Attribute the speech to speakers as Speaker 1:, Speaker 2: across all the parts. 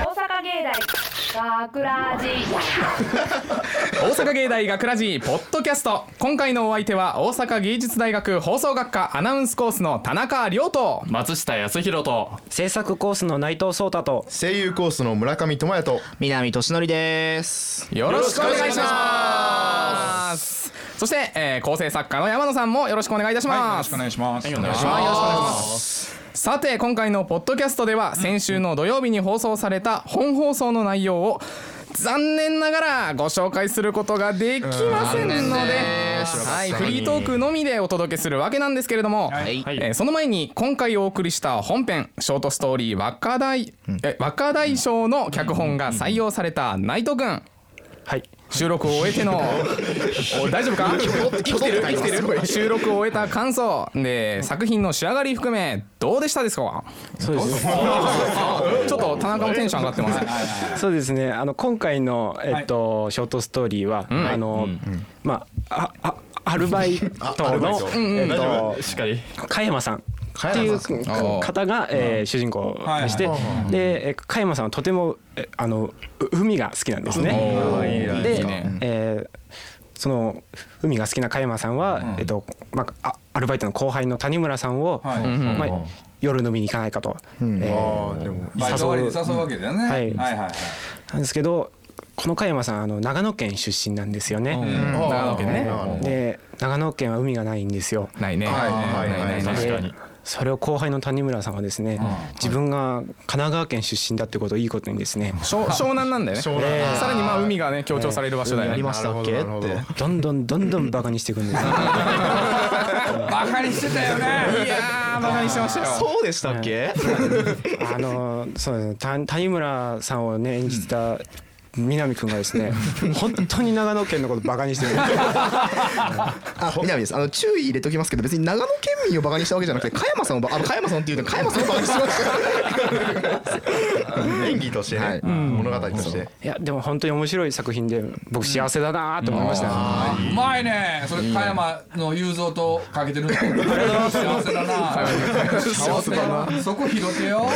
Speaker 1: 大学ラジ
Speaker 2: 大阪芸大学ラジーポッドキャスト今回のお相手は大阪芸術大学放送学科アナウンスコースの田中亮と
Speaker 3: 松下康弘と
Speaker 4: 制作コースの内藤壮太と
Speaker 5: 声優コースの村上智也と
Speaker 6: 南俊則です。
Speaker 2: よろしくお願いしますそして、えー、構成作家の山野さんもよろしくお願いいたし
Speaker 7: はい、よろ
Speaker 2: ま
Speaker 7: し
Speaker 2: す、
Speaker 7: くお願いします。
Speaker 2: はいよろしくお願いしますさて今回のポッドキャストでは先週の土曜日に放送された本放送の内容を残念ながらご紹介することができませんので、はい、フリートークのみでお届けするわけなんですけれども、
Speaker 6: はい。
Speaker 2: えーその前に今回お送りした本編ショートストーリー若大、え若大賞の脚本が採用された内藤君
Speaker 4: はい
Speaker 2: 収録を終えてのお大丈夫か生きてる生きてる収録を終えた感想で作品の仕上がり含めどうでしたですか
Speaker 4: そうですね
Speaker 2: ちょっと田中もテンション上がってます
Speaker 4: そうですねあの今回のえっと、ショートストーリーは、あの、まあああアルバイトのえっと
Speaker 3: しっかり
Speaker 4: 加山さんっていう方が、えー主人公でして、でえー加山さんはとてもえあのう海が好きなんですね。で、えーその海が好きな加山さんは、えっとまああアルバイトの後輩の谷村さんを、
Speaker 7: はい
Speaker 4: まあ、夜飲みに行かないかと、えー
Speaker 5: でも
Speaker 7: バイト終わりで誘うわけだよね。
Speaker 4: はい
Speaker 7: はいはい。
Speaker 4: なんですけどこの加山さんあの長野県出身なんですよね。
Speaker 2: 長野県ね
Speaker 4: で長野県は海がないんですよ。
Speaker 2: ないね
Speaker 5: はいはいはい
Speaker 2: ないないない
Speaker 3: 確か
Speaker 4: で
Speaker 3: に
Speaker 4: それを後輩の谷村さんはですね自分が神奈川県出身だってことをいいことにですね
Speaker 2: 湘湘南なんだよね
Speaker 5: 湘南
Speaker 2: さらにまあ海がね強調される場所だよ
Speaker 6: や
Speaker 2: ね
Speaker 6: りましたっ
Speaker 5: な
Speaker 6: け
Speaker 5: るほどなる
Speaker 6: っ
Speaker 4: どんどんどんどんバカにしていくんですよ
Speaker 7: バカにしてたよ
Speaker 2: い
Speaker 7: ね。
Speaker 2: やーバカにしてましたよ
Speaker 6: て。そうでしたっけ？
Speaker 4: あのそうですねた谷村さんをね演じた南くんがですね本当に長野県のことバカにして るんですよ
Speaker 6: あ、南です。あの注意入れときますけど、別に長野県民をバカにしたわけじゃなくて、加山さんをばあの加山さんっていうのは加山さんをバカにしてました。演技としてはい。
Speaker 5: 物語として
Speaker 4: いやでも本当に面白い作品で僕幸せだなと思いました、
Speaker 7: うまいね。それ加山の雄三とかけてるんだ。幸せだな。幸せだな。そこ拾ってよ。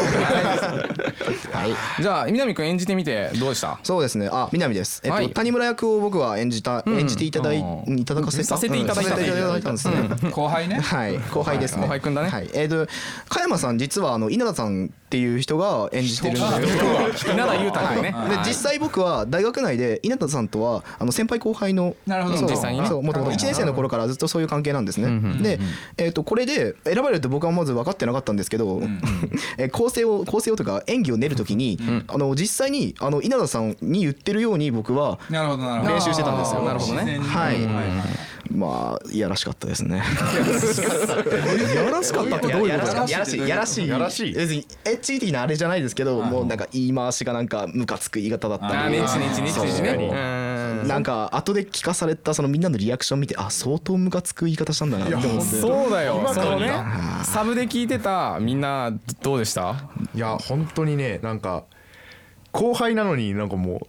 Speaker 2: じゃあ南くん演じてみてどうでした
Speaker 6: そうですね。あ、南です。えっと、
Speaker 2: はい
Speaker 6: 谷村役を僕は演じた、演じていただい、いただかせた、
Speaker 2: させていただいた
Speaker 6: うんさせていただいたんですね。
Speaker 7: 後輩ね。
Speaker 6: はい、後輩ですね。
Speaker 2: 後輩くんだね
Speaker 6: はい、えっ、と、加山さん、実はあの稲田さんっていう人が演じてるんですけど。
Speaker 2: 稲田裕太君ね、
Speaker 6: で実際僕は大学内で稲田さんとはあの先輩後輩の
Speaker 7: なるほど
Speaker 6: そう
Speaker 7: 実
Speaker 2: 際にね
Speaker 6: そうもともと1年生の頃からずっとそういう関係なんですね、で、えー、とこれで選ばれると僕はまず分かってなかったんですけど、 えー構成を構成をというか演技を練るときに、あの実際にあの稲田さんに言ってるように僕は
Speaker 7: なるほどなるほど。
Speaker 6: 練習してたん ですよ
Speaker 7: なるほどね。
Speaker 6: はい、まあいやらしかったですねいやらしかったってどういうこと
Speaker 7: やらしい
Speaker 6: やらしい
Speaker 5: やらしい
Speaker 6: 別にエッチ的なあれじゃないですけどもうなんか言い回しがなんかムカつく言い方だった
Speaker 2: あ
Speaker 6: り
Speaker 2: ねちねちねちねちねうん
Speaker 6: なんか後で聞かされたそのみんなのリアクション見てあ相当ムカつく言い方したんだなって思って
Speaker 2: そうだよそのねサブで聞いてたみんなどうでした
Speaker 5: いや本当にねなんか後輩なのになんかもう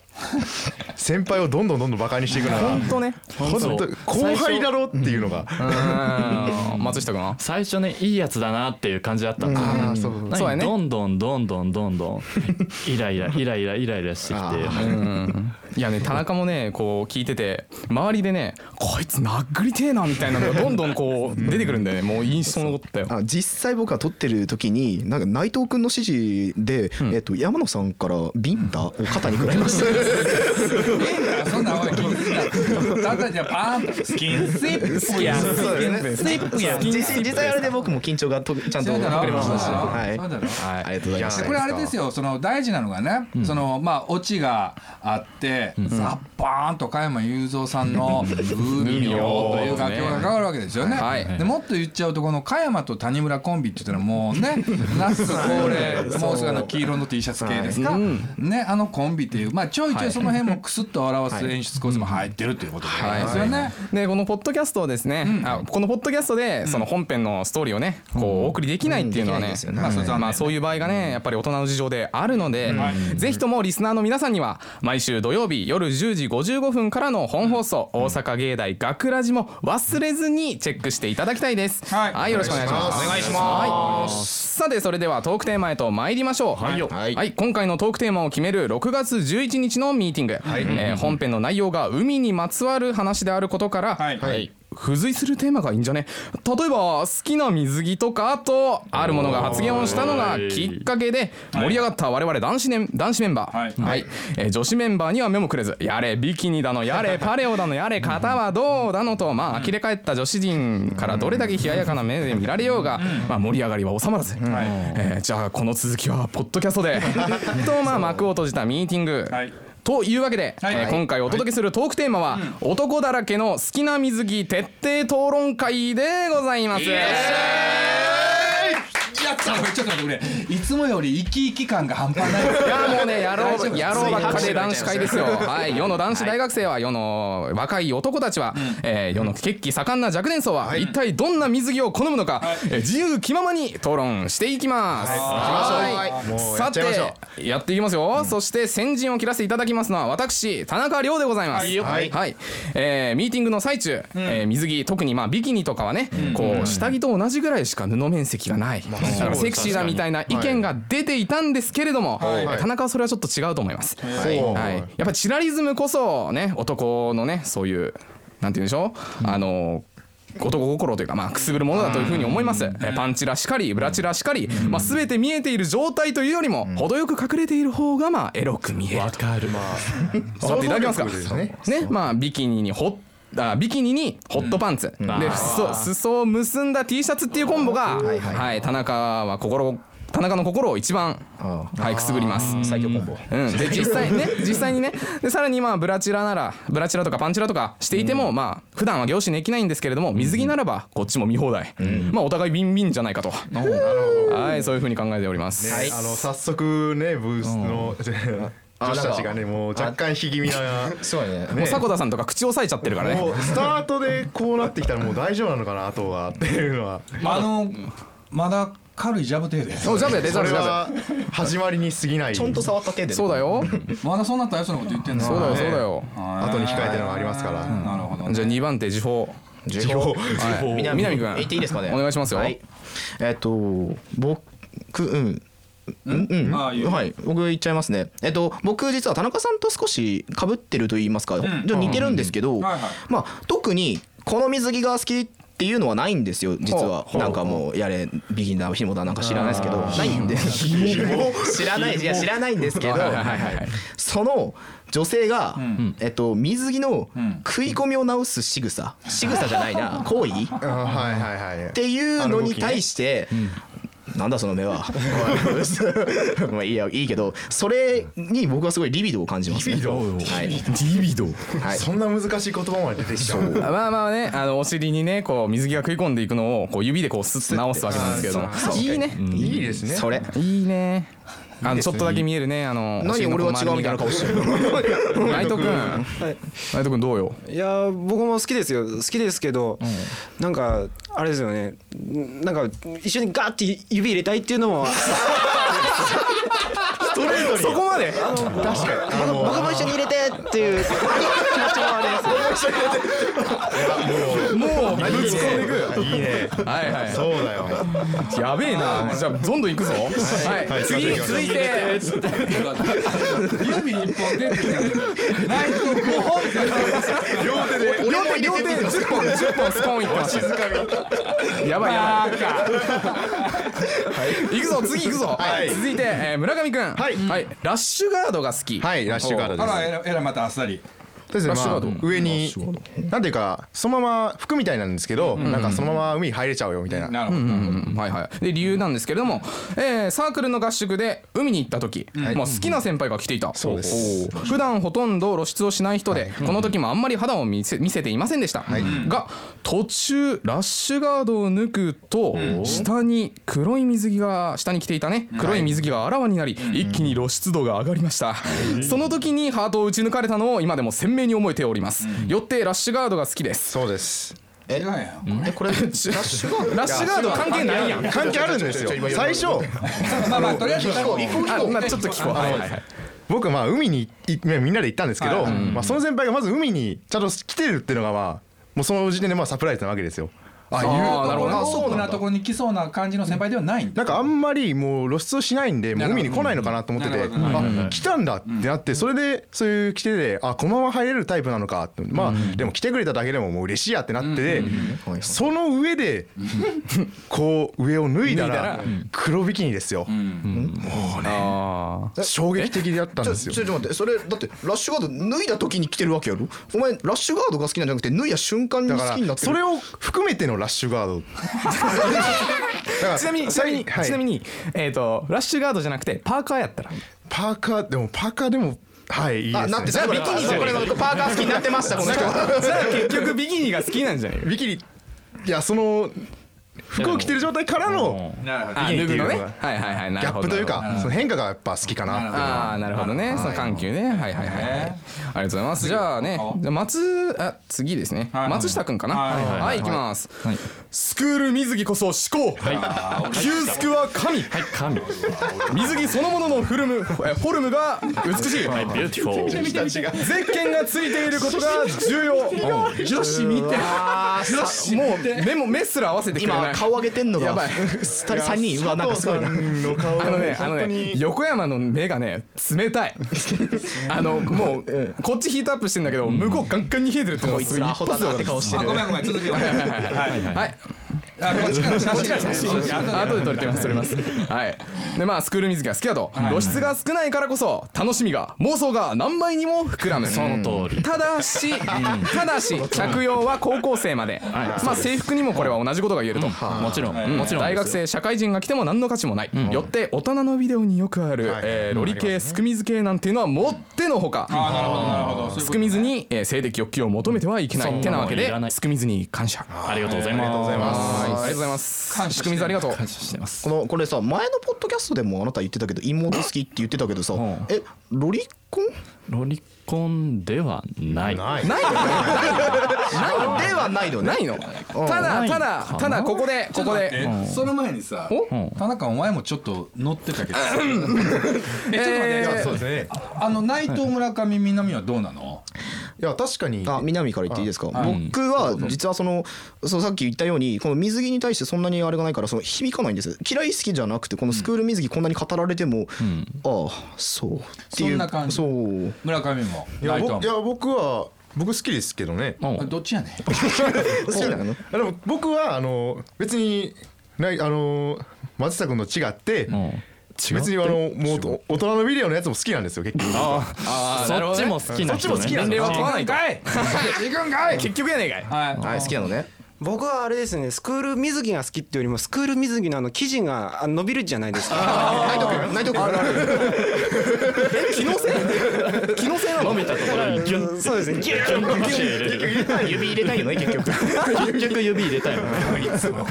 Speaker 5: 先輩をどんどんどんどんバカにしていくのが
Speaker 2: 本当ね
Speaker 5: 本当後輩だろっていうのが
Speaker 2: うん松下君は
Speaker 3: 最初ねいいやつだなっていう感じだったんですよ
Speaker 2: そうやね
Speaker 3: どんどんどんどんどんどんイライ ライライライライラしてきて
Speaker 2: いやね田中もねこう聞いてて周りでねこいつ殴りてえなみたいなのがどんどんこう出てくるんだよねもう印象残ったよ
Speaker 6: あ実際僕が撮ってる時になんか内藤君の指示で、えっと山野さんからビンタを肩に食らいました
Speaker 7: そんなおい 気にすんな。ただじゃパンスキン スイップ
Speaker 6: そうですね実際実際あれで僕も緊張がとちゃんと
Speaker 7: そうだろ
Speaker 6: 隠れましたし、
Speaker 7: そうだろ
Speaker 6: はい
Speaker 7: そうだろ
Speaker 6: はい、ありがとうございま
Speaker 5: い
Speaker 6: す
Speaker 5: や
Speaker 7: これあれですよその大事なのがね、そのまあオチがあって、ザッバーンと加山雄三さんの「海を」という楽曲がかかるわけですよね。
Speaker 2: はい
Speaker 7: でもっと言っちゃうとこの加山と谷村コンビって言ったらもうねナス恒例もうすぐあの黄色の T シャツ系ですか、ねあのコンビっていうまあちょいちょいその辺もクスッと表す演出コースも入ってるという、いうことですよね。
Speaker 2: でこのポッドキャストをですね、あこのポッドキャストでその本編のストーリーをねこうお送りできないっていうのは
Speaker 6: うん
Speaker 2: ね
Speaker 6: できないですよね
Speaker 2: まあそれはまあそういう場合がねやっぱり大人の事情であるのでぜひともリスナーの皆さんには毎週土曜日夜10時55分からの本放送大阪芸大学ラジも忘れずにチェックしていただきたいです。
Speaker 7: はい
Speaker 2: はいよろしくお願いします。
Speaker 7: お願いし
Speaker 2: ます。さてそれではトークテーマへと参りましょう。はい
Speaker 5: はい
Speaker 2: はい、今回のトークテーマを決める6月11日のミーティング、えー本編の内容が海にまつわる話であることから、
Speaker 7: はい
Speaker 2: はい付随するテーマがいいんじゃね例えば好きな水着とかとあるものが発言をしたのがきっかけで盛り上がった我々男子,、ね、男子メンバー、
Speaker 7: はい
Speaker 2: えー女子メンバーには目もくれずやれビキニだのや れパレオだのやれ型はどうだのとまあ呆れ返った女子陣からどれだけ冷ややかな目で見られようが、まあ、盛り上がりは収まらず、
Speaker 7: はい
Speaker 2: えーじゃあこの続きはポッドキャストで とまあ幕を閉じたミーティング、
Speaker 7: はい
Speaker 2: というわけで、
Speaker 7: はい
Speaker 2: えー今回お届けするトークテーマは、男だらけの好きな水着徹底討論会でございます。
Speaker 7: やったこれちょっと待ってくれいつもより生き生き感が半端ない
Speaker 2: いやもうねやろ
Speaker 7: 大丈夫
Speaker 2: うやろうばっかで男子会ですよ。はい世の男子大学生は世の若い男たちは、えー世の血気盛んな若年層は一体どんな水着を好むのか、えー自由気ままに討論していきます。はい
Speaker 5: もうや
Speaker 2: さ
Speaker 5: っちゃいましょう
Speaker 2: てやっていきますよ、そして先陣を切らせていただきますのは私田中亮でございますはい、えーミーティングの最中、えー水着特にまあビキニとかはね、こう下着と同じぐらいしか布面積がない、だからセクシーだみたいな意見が出ていたんですけれども、
Speaker 5: はい
Speaker 2: 田中はそれはちょっと違うと思います、
Speaker 5: い
Speaker 2: はい、やっぱりチラリズムこそね男のねそういうなんて言うんでしょう、あの男心というか、まあ、くすぐるものだというふうに思います、えパンチラしかりブラチラしかり、まあ、全て見えている状態というよりも、程よく隠れている方がまあエロく見える
Speaker 3: わかるま
Speaker 2: 分かっていただけますか
Speaker 5: 想像力です
Speaker 2: ねまあビキニにホあビキニにホットパンツ、で裾裾を結んだ T シャツっていうコンボが、はい田中は心田中の心を一番、はい、くすぐります
Speaker 6: 最強コンボ
Speaker 2: うん、で実際ね実際にねでさらにまあブラチラならブラチラとかパンチラとかしていても、まあ普段は凝視できないんですけれども水着ならばこっちも見放題、まあお互いビンビンじゃないかと、はいそういうふうに考えております、
Speaker 5: ねあの早速ねブースの 女子たちがねもう若干引き気味な。
Speaker 6: すごいね
Speaker 2: もう迫田さんとか口押さえちゃってるから
Speaker 5: も
Speaker 2: ね
Speaker 5: うスタートでこうなってきたらもう大丈夫なのかなあとはっていうの は
Speaker 7: あのまだ軽いジャブ程度や
Speaker 2: おジャブやでジャブ
Speaker 5: それ
Speaker 2: ジャ
Speaker 5: は始まりに過ぎない
Speaker 6: ちょんと触った手で
Speaker 2: ブそうだよ
Speaker 7: まだそうなったやつのこと言ってんの
Speaker 2: そうだよそうだよ
Speaker 5: 後に控えてるのがありますから
Speaker 7: なるほどね
Speaker 2: じゃあ2番手時報
Speaker 6: 時報
Speaker 2: はい
Speaker 6: 南
Speaker 2: 南君
Speaker 6: 言っていいですかね
Speaker 2: お願いしますよ
Speaker 6: はいえっと僕うんうんうん
Speaker 7: ああいう
Speaker 6: はい僕言っちゃいますねえっと僕実は田中さんと少し被ってると言いますか、じゃあ似てるんですけど、
Speaker 7: はいはい
Speaker 6: まあ特にこの水着が好きっていうのはないんですよ実はなんかもうやれビギンだひもだなんか知らないですけどないんで知らないいや知らないんですけどその女性が、えっと、水着の食い込みを直す仕草仕草じゃないな行為
Speaker 5: あはいはいは
Speaker 6: っ
Speaker 5: い
Speaker 6: ていうのに対して、なんだその目はまあいいやいいけどそれに僕はすごいリビドーを感じますね、はい、はい
Speaker 5: そんな難しい言葉まで出てきた
Speaker 2: まあまあねあのお尻にねこう水着が食い込んでいくのをこう指でこうスッと直すわけなんですけれども
Speaker 6: そう
Speaker 2: いいね
Speaker 5: いいですね
Speaker 6: それ
Speaker 2: いいね。あのちょっとだけ見えるね。あの
Speaker 6: 何俺は違うみたいな顔してる
Speaker 2: る。内藤君、内藤君どうよ。
Speaker 4: いやー僕も好きですよ好きですけど、なんかあれですよねんなんか一緒にガーって指入れたいっていうの も
Speaker 5: ストレートにそこまで確かにあの
Speaker 4: 僕も一緒に入れてっていう気持ちもあれですよ
Speaker 2: もう
Speaker 5: ぶち込んでいくいいね
Speaker 2: はいは
Speaker 5: そうだよ
Speaker 2: い。やべえな。じゃあどんどん行くぞ。は。
Speaker 5: はいい
Speaker 2: 次続い て。
Speaker 7: 指一本出てきたナイフ5本って
Speaker 5: 両手で
Speaker 2: 両手両手10本10本スポンいってます
Speaker 5: 静かに
Speaker 2: やばいやばいはい行くぞ次行くぞ
Speaker 5: はい
Speaker 2: 続いてえー村上君
Speaker 5: はい
Speaker 2: はいラッシュガードが好き
Speaker 5: はいラッシュガードで
Speaker 7: あ
Speaker 5: す
Speaker 7: らえらえらまたあっさり
Speaker 5: とりあえずまあ
Speaker 2: ラッシュガー
Speaker 5: 上になんていうかそのまま服みたいなんですけどなんかそのまま海に入れちゃうよみたいな
Speaker 7: なるほどなるほど
Speaker 2: はいはい、で理由なんですけれども、えーサークルの合宿で海に行った時、まあ、好きな先輩が来ていたそうです普段ほとんど露出をしない人で、この時もあんまり肌を見せ見せていませんでした、が途中ラッシュガードを抜くと、下に黒い水着が下に着ていたね黒い水着があらわになり、一気に露出度が上がりました、その時にハートを打ち抜かれたのを今でも鮮明明に思えております、よってラッシュガードが好きです
Speaker 5: そうです
Speaker 6: え
Speaker 7: 違うやん
Speaker 6: えこれラッシュガード
Speaker 2: ラッシュガード関係ないやん
Speaker 5: 関係あるんですよ最初
Speaker 7: まあまあとりあえず
Speaker 2: あ まあちょっと聞こうはいはいはい
Speaker 5: 僕まあ海にいみんなで行ったんですけど、
Speaker 7: はい
Speaker 5: まあ、その先輩がまず海にちゃんと来てるっていうのがまあもうその時点でまあサプライズなわけですよ
Speaker 7: あ
Speaker 2: あーなるほど
Speaker 7: いうところオープンなところに来そうな感じの先輩ではないんだ
Speaker 5: なんかあんまりもう露出をしないんでもう海に来ないのかなと思ってて、
Speaker 7: なるほど
Speaker 5: あ来たんだってなってそれでそういう来ててあこのまま入れるタイプなのかってまあでも来てくれただけでももう嬉しいやってなって
Speaker 6: はい
Speaker 5: その上でこう上を脱いだら黒ビキニですよ
Speaker 2: あ
Speaker 5: 衝撃的だったん
Speaker 6: ちょ
Speaker 5: ですよ
Speaker 6: ちょっと待ってそれだってラッシュガード脱いだ時に着てるわけやろお前ラッシュガードが好きなんじゃなくて脱いだ瞬間に
Speaker 5: だ
Speaker 6: 好
Speaker 5: か
Speaker 6: きにな
Speaker 5: ら
Speaker 6: ってる
Speaker 5: それを含めてのラッシュガー ドだか ら
Speaker 2: ちなみにちなみに、
Speaker 5: はい
Speaker 2: ちなみにえっ、とラッシュガードじゃなくてパーカーやったら
Speaker 5: パーカーでもパーカーでもはいいいで
Speaker 6: あな
Speaker 5: すね
Speaker 6: ってじゃあビキニじゃこれパーカー好きになってましたこの人
Speaker 2: じゃあ結局ビキニが好きなんじゃない
Speaker 5: ビキニいやその服を着てる状態からの
Speaker 7: なるほ
Speaker 2: あ脱
Speaker 5: ビキニって
Speaker 2: ぐ
Speaker 5: いう
Speaker 2: の
Speaker 5: のが
Speaker 2: ねはいはいはいな
Speaker 5: ギ
Speaker 2: る
Speaker 5: ャッ
Speaker 2: ほ
Speaker 5: プ
Speaker 2: ど
Speaker 5: という
Speaker 2: なる
Speaker 5: かその変化がやっぱ好きかなって
Speaker 2: ほどああなるほどねその緩急ねはいはいはいはいあ
Speaker 7: ね
Speaker 2: りがとうございますじゃあねじゃあ松あ次ですね
Speaker 7: はい
Speaker 2: 松下くんかな
Speaker 7: はいはいはい
Speaker 2: はい行きますスクール水着こそ思考旧スクは神
Speaker 3: はい、神。ビ
Speaker 2: 水着そのもののフルムえフォルムが美しい
Speaker 3: ューティフォー。
Speaker 2: ゼッケンがついていることが重要女子見てもう目も目すら合わせてくれない
Speaker 6: 今顔上げてんのが
Speaker 2: やばい
Speaker 6: 2人3人うわなんかすごいな
Speaker 5: の顔
Speaker 2: あのね、あのね、横山の目がね、冷たい。あの、もう、こっちヒートアップしてんだけど、向こうガンガンに冷えてるってのが
Speaker 6: こいつらアホだなって顔して
Speaker 7: あ
Speaker 6: る
Speaker 7: ごめんごめん続けてはい
Speaker 2: はい、
Speaker 7: あこっちから写真
Speaker 2: 後で撮れてます、撮れます。はい。で、まあ、スクール水着が好きだと、露出が少ないからこそ、楽しみが、妄想が何倍にも膨らむ。
Speaker 3: その通り。
Speaker 2: ただし、ただし、着用は高校生まで。まあ、制服にもこれは同じことが言えると。
Speaker 3: もちろん、もちろん。
Speaker 2: 大学。生社会人が来ても何の価値もない、よって大人のビデオによくある、えーロリ系すくみず系なんていうのはもってのほか、
Speaker 7: あーなるほどなるほどそういうことね
Speaker 2: すくみずに、えー性的欲求を求めてはいけないってなわけ
Speaker 3: そんなもんい
Speaker 2: で
Speaker 3: らない
Speaker 2: すくみずに感謝あ
Speaker 3: ありがとうございます。ありがとうござい
Speaker 2: りがとう
Speaker 3: ま
Speaker 2: ございます
Speaker 7: 感謝
Speaker 2: す
Speaker 7: してる
Speaker 2: くみずありがとう
Speaker 3: してます。
Speaker 6: このこれさ前のポッドキャストでもあなた言ってたけど妹好きって言ってたけどさえロリコン
Speaker 3: ロリコンではない。
Speaker 5: ない
Speaker 2: ないの
Speaker 6: ではないのね
Speaker 2: ないのただただただここでここで
Speaker 7: えその前にさ
Speaker 2: お
Speaker 7: 田中お前もちょっと乗ってたけどさ
Speaker 2: え
Speaker 5: いやそ
Speaker 2: ー
Speaker 5: うですね
Speaker 7: あの内藤村上南はどうなの
Speaker 5: いや確かに
Speaker 6: あ南から言っていいですか、僕は実はそのそうさっき言ったようにこの水着に対してそんなにあれがないからその響かないんです嫌い好きじゃなくてこのスクール水着こんなに語られても、ああそうっていう
Speaker 7: そんな感じ
Speaker 6: そう
Speaker 7: 村上も
Speaker 5: いや
Speaker 7: 内
Speaker 5: 僕い
Speaker 7: 藤も
Speaker 5: や僕は僕好きですけどね
Speaker 3: お
Speaker 7: あどっちやねん
Speaker 6: 好きなの
Speaker 5: あでも僕はあの別にないあの松下君と違って別にあのもうと大人のビデオのやつも好きなんですよ結局
Speaker 2: あーなるほど
Speaker 3: そっち
Speaker 2: ね
Speaker 3: も好きな人ね。
Speaker 5: そっちも好きな
Speaker 2: 年
Speaker 5: んだ
Speaker 2: 齢は問わないか
Speaker 7: い行くんかい
Speaker 2: 結局やねえかい
Speaker 7: はい
Speaker 6: はい好きなのね
Speaker 4: 僕はあれですねスクール水着が好きっていうよりもスクール水着のあの生地があ伸びるじゃないですか
Speaker 6: 内藤君内藤君
Speaker 2: 機能性機能性なの
Speaker 3: 伸びたところにギュン。
Speaker 4: そうですね
Speaker 3: ギュンギュンギュンって入れる。
Speaker 6: 指入れたいよね結局
Speaker 3: 結局指入れたいの。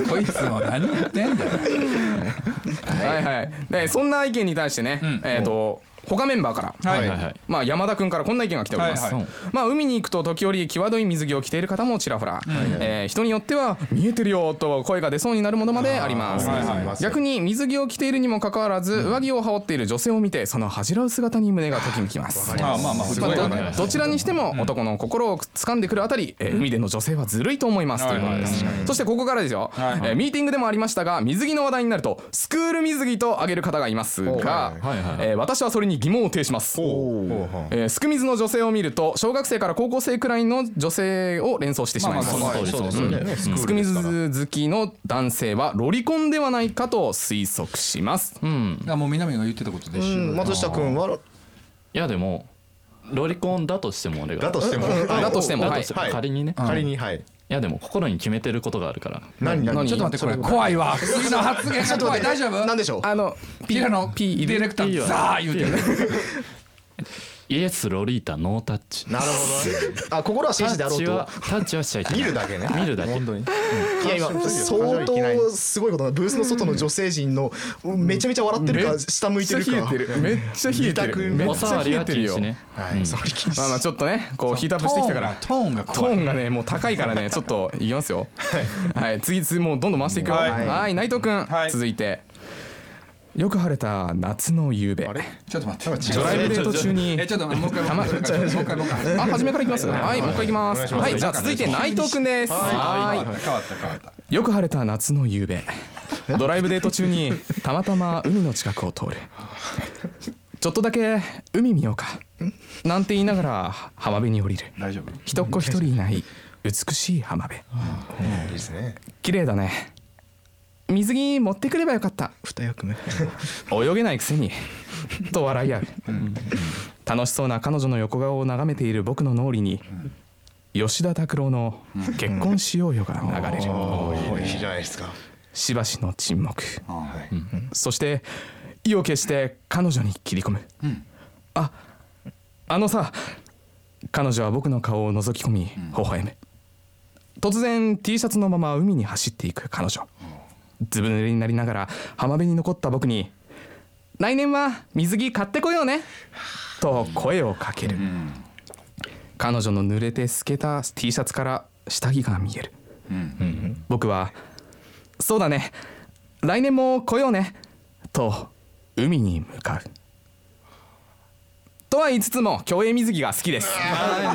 Speaker 7: こいつも何言ってんだよ
Speaker 2: はいはい。でそんな意見に対してね、えっ、と他メンバーから。
Speaker 7: はい
Speaker 3: はいはい。
Speaker 2: まあ、山田君からこんな意見が来ております、
Speaker 7: はいはい
Speaker 2: まあ、海に行くと時折際どい水着を着ている方もちらほら、えー人によっては「見えてるよ」と声が出そうになるものまであります、
Speaker 7: はいはいはい
Speaker 2: 逆に水着を着ているにもかかわらず上着を羽織っている女性を見てその恥じらう姿に胸がときめきます
Speaker 7: まあまあまあすごいよね
Speaker 2: まあどどちらにしても男の心を掴んでくるあたり、えー海での女性はずるいと思いますということです、そしてここからですよ、
Speaker 7: はいはい
Speaker 2: えーミーティングでもありましたが水着の話題になるとスクール水着と挙げる方がいますが、えー私はそれに疑問を呈しますえー、スクミズの女性を見ると小学生から高校生くらいの女性を連想してしまいます、
Speaker 7: まあま
Speaker 5: は
Speaker 7: あ
Speaker 5: いそうですよね
Speaker 2: スクミズ好きの男性はロリコンではないかと推測します、
Speaker 7: だからもう南が言ってたことで一緒
Speaker 6: うん松下君は
Speaker 3: はいやでもロリコンだとしても俺が
Speaker 5: だとしても
Speaker 2: だとしても
Speaker 3: だ
Speaker 2: は
Speaker 3: と
Speaker 2: い
Speaker 3: して
Speaker 5: はい
Speaker 3: 仮にねい
Speaker 5: 仮にはい
Speaker 3: やでも心に決めてることがあるから
Speaker 5: 何何
Speaker 7: ちょっと待ってこれ怖いわ次の発言が怖い大丈夫
Speaker 6: 何でしょう
Speaker 2: あの
Speaker 7: ピラの
Speaker 2: P 入
Speaker 7: ディ
Speaker 2: れ
Speaker 7: レクターザー言うてる
Speaker 3: イエスロリータノータッチ
Speaker 6: なるほど、ね、あ心
Speaker 3: タ
Speaker 6: は紳士であろ
Speaker 3: ッ
Speaker 6: う
Speaker 3: チは
Speaker 6: と
Speaker 3: タッチはしちゃいけない
Speaker 5: 見るだけね
Speaker 3: 見るだけ
Speaker 5: 本当に
Speaker 6: いや今相当すごいことなブースの外の女性陣のめちゃめちゃ笑ってるか下向いてるか
Speaker 2: めっちゃ冷えてるめっちゃ冷えてるめっ
Speaker 3: お
Speaker 2: ち
Speaker 3: 触
Speaker 2: ゃ
Speaker 3: り
Speaker 2: 冷え
Speaker 3: は
Speaker 2: て
Speaker 3: 禁
Speaker 2: るよ
Speaker 3: 止ね
Speaker 6: はい触り禁止
Speaker 2: まあまあちょっとねこうヒートアップしてきたから
Speaker 7: トーンが
Speaker 2: ト
Speaker 7: 怖い
Speaker 2: ーンがねもう高いからねちょっといきますよはい次次もうどんどん回していくよ
Speaker 7: はい
Speaker 2: はい内藤君
Speaker 7: はい
Speaker 2: 続いてよく晴れた夏の夕べ
Speaker 7: ちょっと待って
Speaker 2: ドライブデート中に
Speaker 7: えちょっともう一回もう一回もう一回もう一回
Speaker 2: あ初めからいきますはいもう一回いきますはいじゃあ続いて内藤君ですは
Speaker 7: 変
Speaker 2: い
Speaker 7: わった変わった変わった
Speaker 2: よく晴れた夏の夕べドライブデート中にたまたま海の近くを通るちょっとだけ海見ようかなんて言いながら浜辺に降りる
Speaker 7: 大丈夫
Speaker 2: 人っ子一人いない美しい浜辺
Speaker 5: いいですね
Speaker 2: 綺麗だね水着持ってくればよかった
Speaker 6: 二役目
Speaker 2: 泳げないくせにと笑い合う楽しそうな彼女の横顔を眺めている僕の脳裏に吉田拓郎の「結婚しようよ」が流れる
Speaker 5: おーいいじゃないですか
Speaker 2: しばしの沈黙
Speaker 7: は
Speaker 2: そして意を決して彼女に切り込む、ああのさ彼女は僕の顔を覗き込み微笑む、突然 T シャツのまま海に走っていく彼女ずぶ濡れになりながら浜辺に残った僕に「来年は水着買ってこようね」と声をかける、彼女の濡れて透けた T シャツから下着が見える、僕はそうだね来年も来ようねと海に向かうとは言いつつも競泳水着が好きです、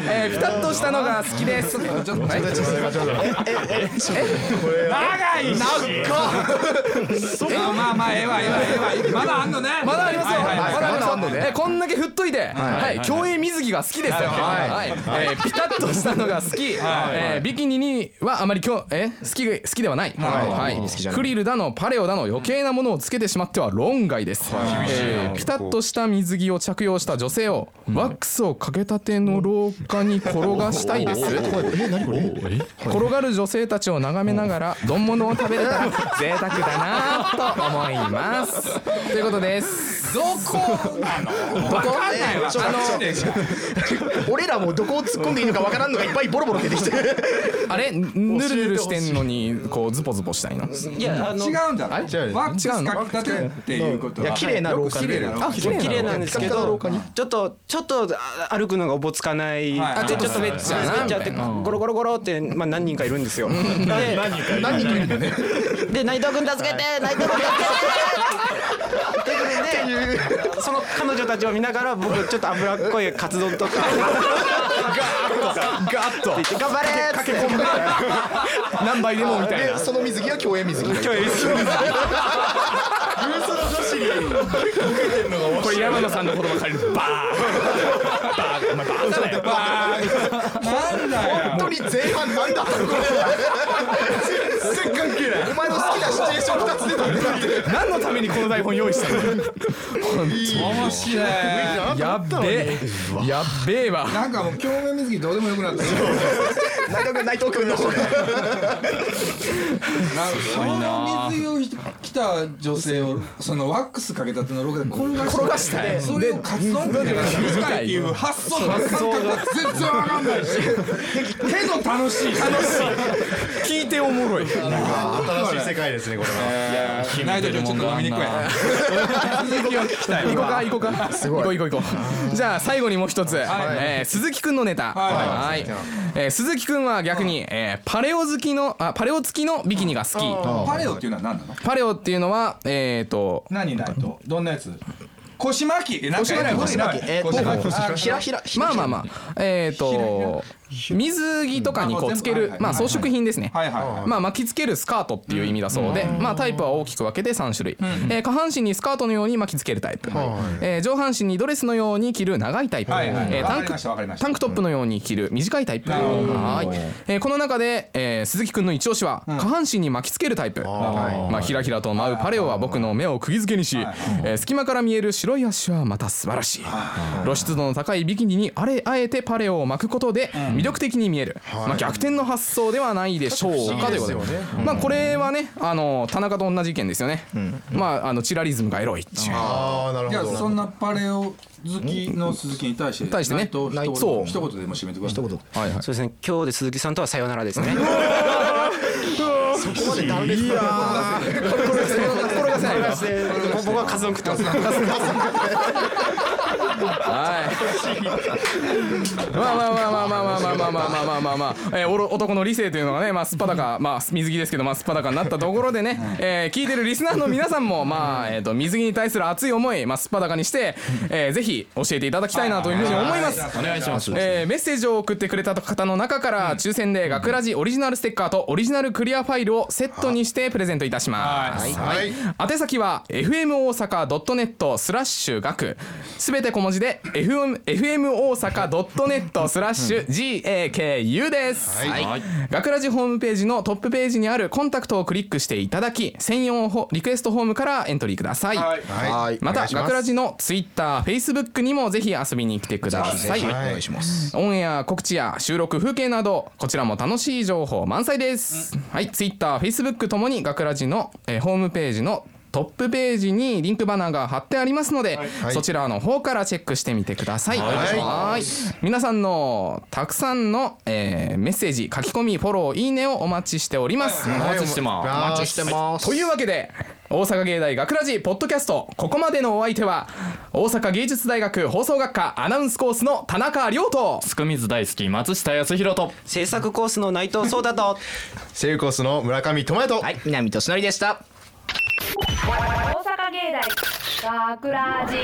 Speaker 2: えー、ピタッとしたのが好きです長い
Speaker 7: ちょっと
Speaker 5: ちょっと待ってちょっと待って
Speaker 7: まあまあええわええわええわまだあんのね
Speaker 2: まだありますよ、
Speaker 7: はいはいはい
Speaker 2: まだありますよ、
Speaker 6: まだあんのね
Speaker 2: えーこんだけ振っといて、はい競泳水着が好きですよ、はいえーピタッとしたのが好き、えービキニにはあまりきょ、えー好き好きではない、はい
Speaker 6: 好きじゃない
Speaker 2: フリルだのパレオだの余計なものをつけてしまっては論外です、えーピタッとした水着を着用した女性を、ワックスをかけたての廊下に転がしたいです
Speaker 6: え何これ
Speaker 2: 転がる女性たちを眺めながら丼物を食べれたら 贅沢だなと思います。ということです。どこ
Speaker 7: わかんないわ
Speaker 6: ちょっと
Speaker 7: あの
Speaker 6: 俺らもどこを突っ込んでいいのかわからんのがいっぱいボロボロ出てきて
Speaker 2: あれぬるぬるしてんのにこうズポズポしたいの。
Speaker 4: いやあの
Speaker 7: 違うんだろ
Speaker 5: 違う
Speaker 7: ワックスかけたてっていうことはい
Speaker 6: や綺麗な廊下
Speaker 7: よく綺麗な廊下
Speaker 2: 綺
Speaker 4: 綺麗なんですけどちょっとちょっとあ歩くのがおぼつかない、
Speaker 7: はいあちょっと
Speaker 2: 滑っちゃうな
Speaker 4: 滑っちゃって
Speaker 2: みた
Speaker 4: ゴロゴロゴロって、まあ、何人かいるんですよ。で
Speaker 6: 何人かいるんだよね
Speaker 4: で内藤君助けて内藤君助けてっていうのでその彼女たちを見ながら僕ちょっと脂っこいカツ丼とか
Speaker 2: ガッと
Speaker 4: 「頑張れ!」って言って
Speaker 2: 何杯でもみたい
Speaker 6: で
Speaker 2: な。
Speaker 6: その水着は競泳水着競泳水
Speaker 2: これ山野さんの言葉借りるとバ
Speaker 7: なんだよ
Speaker 6: 本当に前半何だったのこれ全然関係ないお前の好きなシチュエーション2つ出たんだって
Speaker 2: ーン何のためにこの台本用意したの？
Speaker 7: 面白い
Speaker 2: やっべえやっべえわ。
Speaker 7: なんかもう競泳水着どうでもよくなったよ
Speaker 6: 内藤君内藤君の
Speaker 7: なんかその水着を着た女性をそのワックスかけたての廊下で転がして
Speaker 2: 転がしたい
Speaker 7: それをカツ丼って短いっていう発想の感覚が全然わかんないしけど楽しい楽し
Speaker 2: 聞いておもろい。
Speaker 5: 新しい世界ですねこれはい
Speaker 7: ないとちょっと飲みにくい続きを聞きたい
Speaker 2: 行こうか行こうか。すごい。行こう行こう行こう。じゃあ最後にもう一つ、えー鈴木くんのネタ。はい。えー鈴木くんは逆に、えーパレオ好きのあパレオ付きのビキニが好き。
Speaker 7: パレオっていうのは何なの
Speaker 2: パレオっていうのはえっと
Speaker 7: 何ないとどんなやつ腰巻きえなんか偉い
Speaker 6: 腰巻きえっと
Speaker 7: 腰巻き
Speaker 6: ひらひら
Speaker 2: まあまあまあえっと水着とかにこうつけ
Speaker 7: うん
Speaker 2: る
Speaker 7: あ
Speaker 2: まあ装飾品ですね。
Speaker 7: はいはいはい
Speaker 2: まあ、巻きつけるスカートっていう意味だそうで、まあ、タイプは大きく分けて3種類、えー下半身にスカートのように巻きつけるタイプ、えー上半身にドレスのように着る長いタイプ、
Speaker 7: はいはい
Speaker 2: えータン
Speaker 7: わかり
Speaker 2: ク
Speaker 7: ましたわかりました
Speaker 2: タンクトップのように着る短いタイプ、
Speaker 7: なるほど
Speaker 2: はいえーこの中で、えー鈴木くんの一押しは下半身に巻きつけるタイプ、まあ、ひらひらと舞うパレオは僕の目を釘付けにし、えー隙間から見える白い足はまた素晴らしい露出度の高いビキニにあれあえてパレオを巻くことで魅力的に見える、まあ、逆転の発想ではないでしょうかということでまあ、これはねあの田中と同じ意見ですよね、まあ、あのチラリズムがエロいっていう。
Speaker 5: ああなる
Speaker 7: いや
Speaker 5: ほど
Speaker 7: そんなパレオ好きの鈴木に対して
Speaker 2: 対してね
Speaker 7: 内藤
Speaker 2: 内藤
Speaker 7: 一言一言でも締めてください一言
Speaker 2: はいはい
Speaker 4: そうですね今日で鈴木さんとはさよならですね
Speaker 6: こまで断裂
Speaker 2: 転がせないから
Speaker 4: 僕はカツ丼食ってます
Speaker 2: はい。まあまあまあまあまあまあまあまあまあまあまあまあまあ、えー、おろ男の理性というのがね、まあ、すっぱだか、まあ、水着ですけど、まあ、すっぱだかになったところでね。えー聞いてるリスナーの皆さんも、まあ、えっ、と、水着に対する熱い思い、まあ、すっぱだかにして。えーぜひ教えていただきたいなというふうに思います。
Speaker 3: お願いします
Speaker 2: えーメッセージを送ってくれた方の中から抽選で「ガクラジオリジナルステッカー」とオリジナルクリアファイルをセットにしてプレゼントいたします。
Speaker 5: はい
Speaker 2: 宛先は fm 大阪 .net スラッシュ学すべて小文字で fm, fm 大阪 .net スラッシュ GAKU です、
Speaker 5: はい
Speaker 3: はい
Speaker 2: 学ラジホームページのトップページにあるコンタクトをクリックしていただき専用ホリクエストフォームからエントリーください、
Speaker 7: はい
Speaker 5: は
Speaker 2: また学ラ
Speaker 5: ジ
Speaker 2: ジのツイッターフェイスブックにもぜひ遊びに来てください、
Speaker 5: お願いします
Speaker 2: オンエア告知や収録風景などこちらも楽しい情報満載です、はいツイッターフェイスブックともに学ラジの、えーホームページのトップページにリンクバナーが貼ってありますので、
Speaker 5: い
Speaker 2: そちらの方からチェックしてみてください。
Speaker 3: はい
Speaker 2: はい皆さんのたくさんの、えーメッセージ書き込みフォローいいねをお待ちしております。
Speaker 3: お待ちしてます
Speaker 5: お待ちしてま
Speaker 2: というわけで大阪芸大学ラジポッドキャストここまでのお相手は大阪芸術大学放送学科アナウンスコースの田中亮と
Speaker 3: つくみず大好き松下康弘と
Speaker 4: 制作コースの内藤壮太と
Speaker 5: セイウコースの村上智也と
Speaker 6: はい南俊則でした
Speaker 1: 大阪芸大学ラジ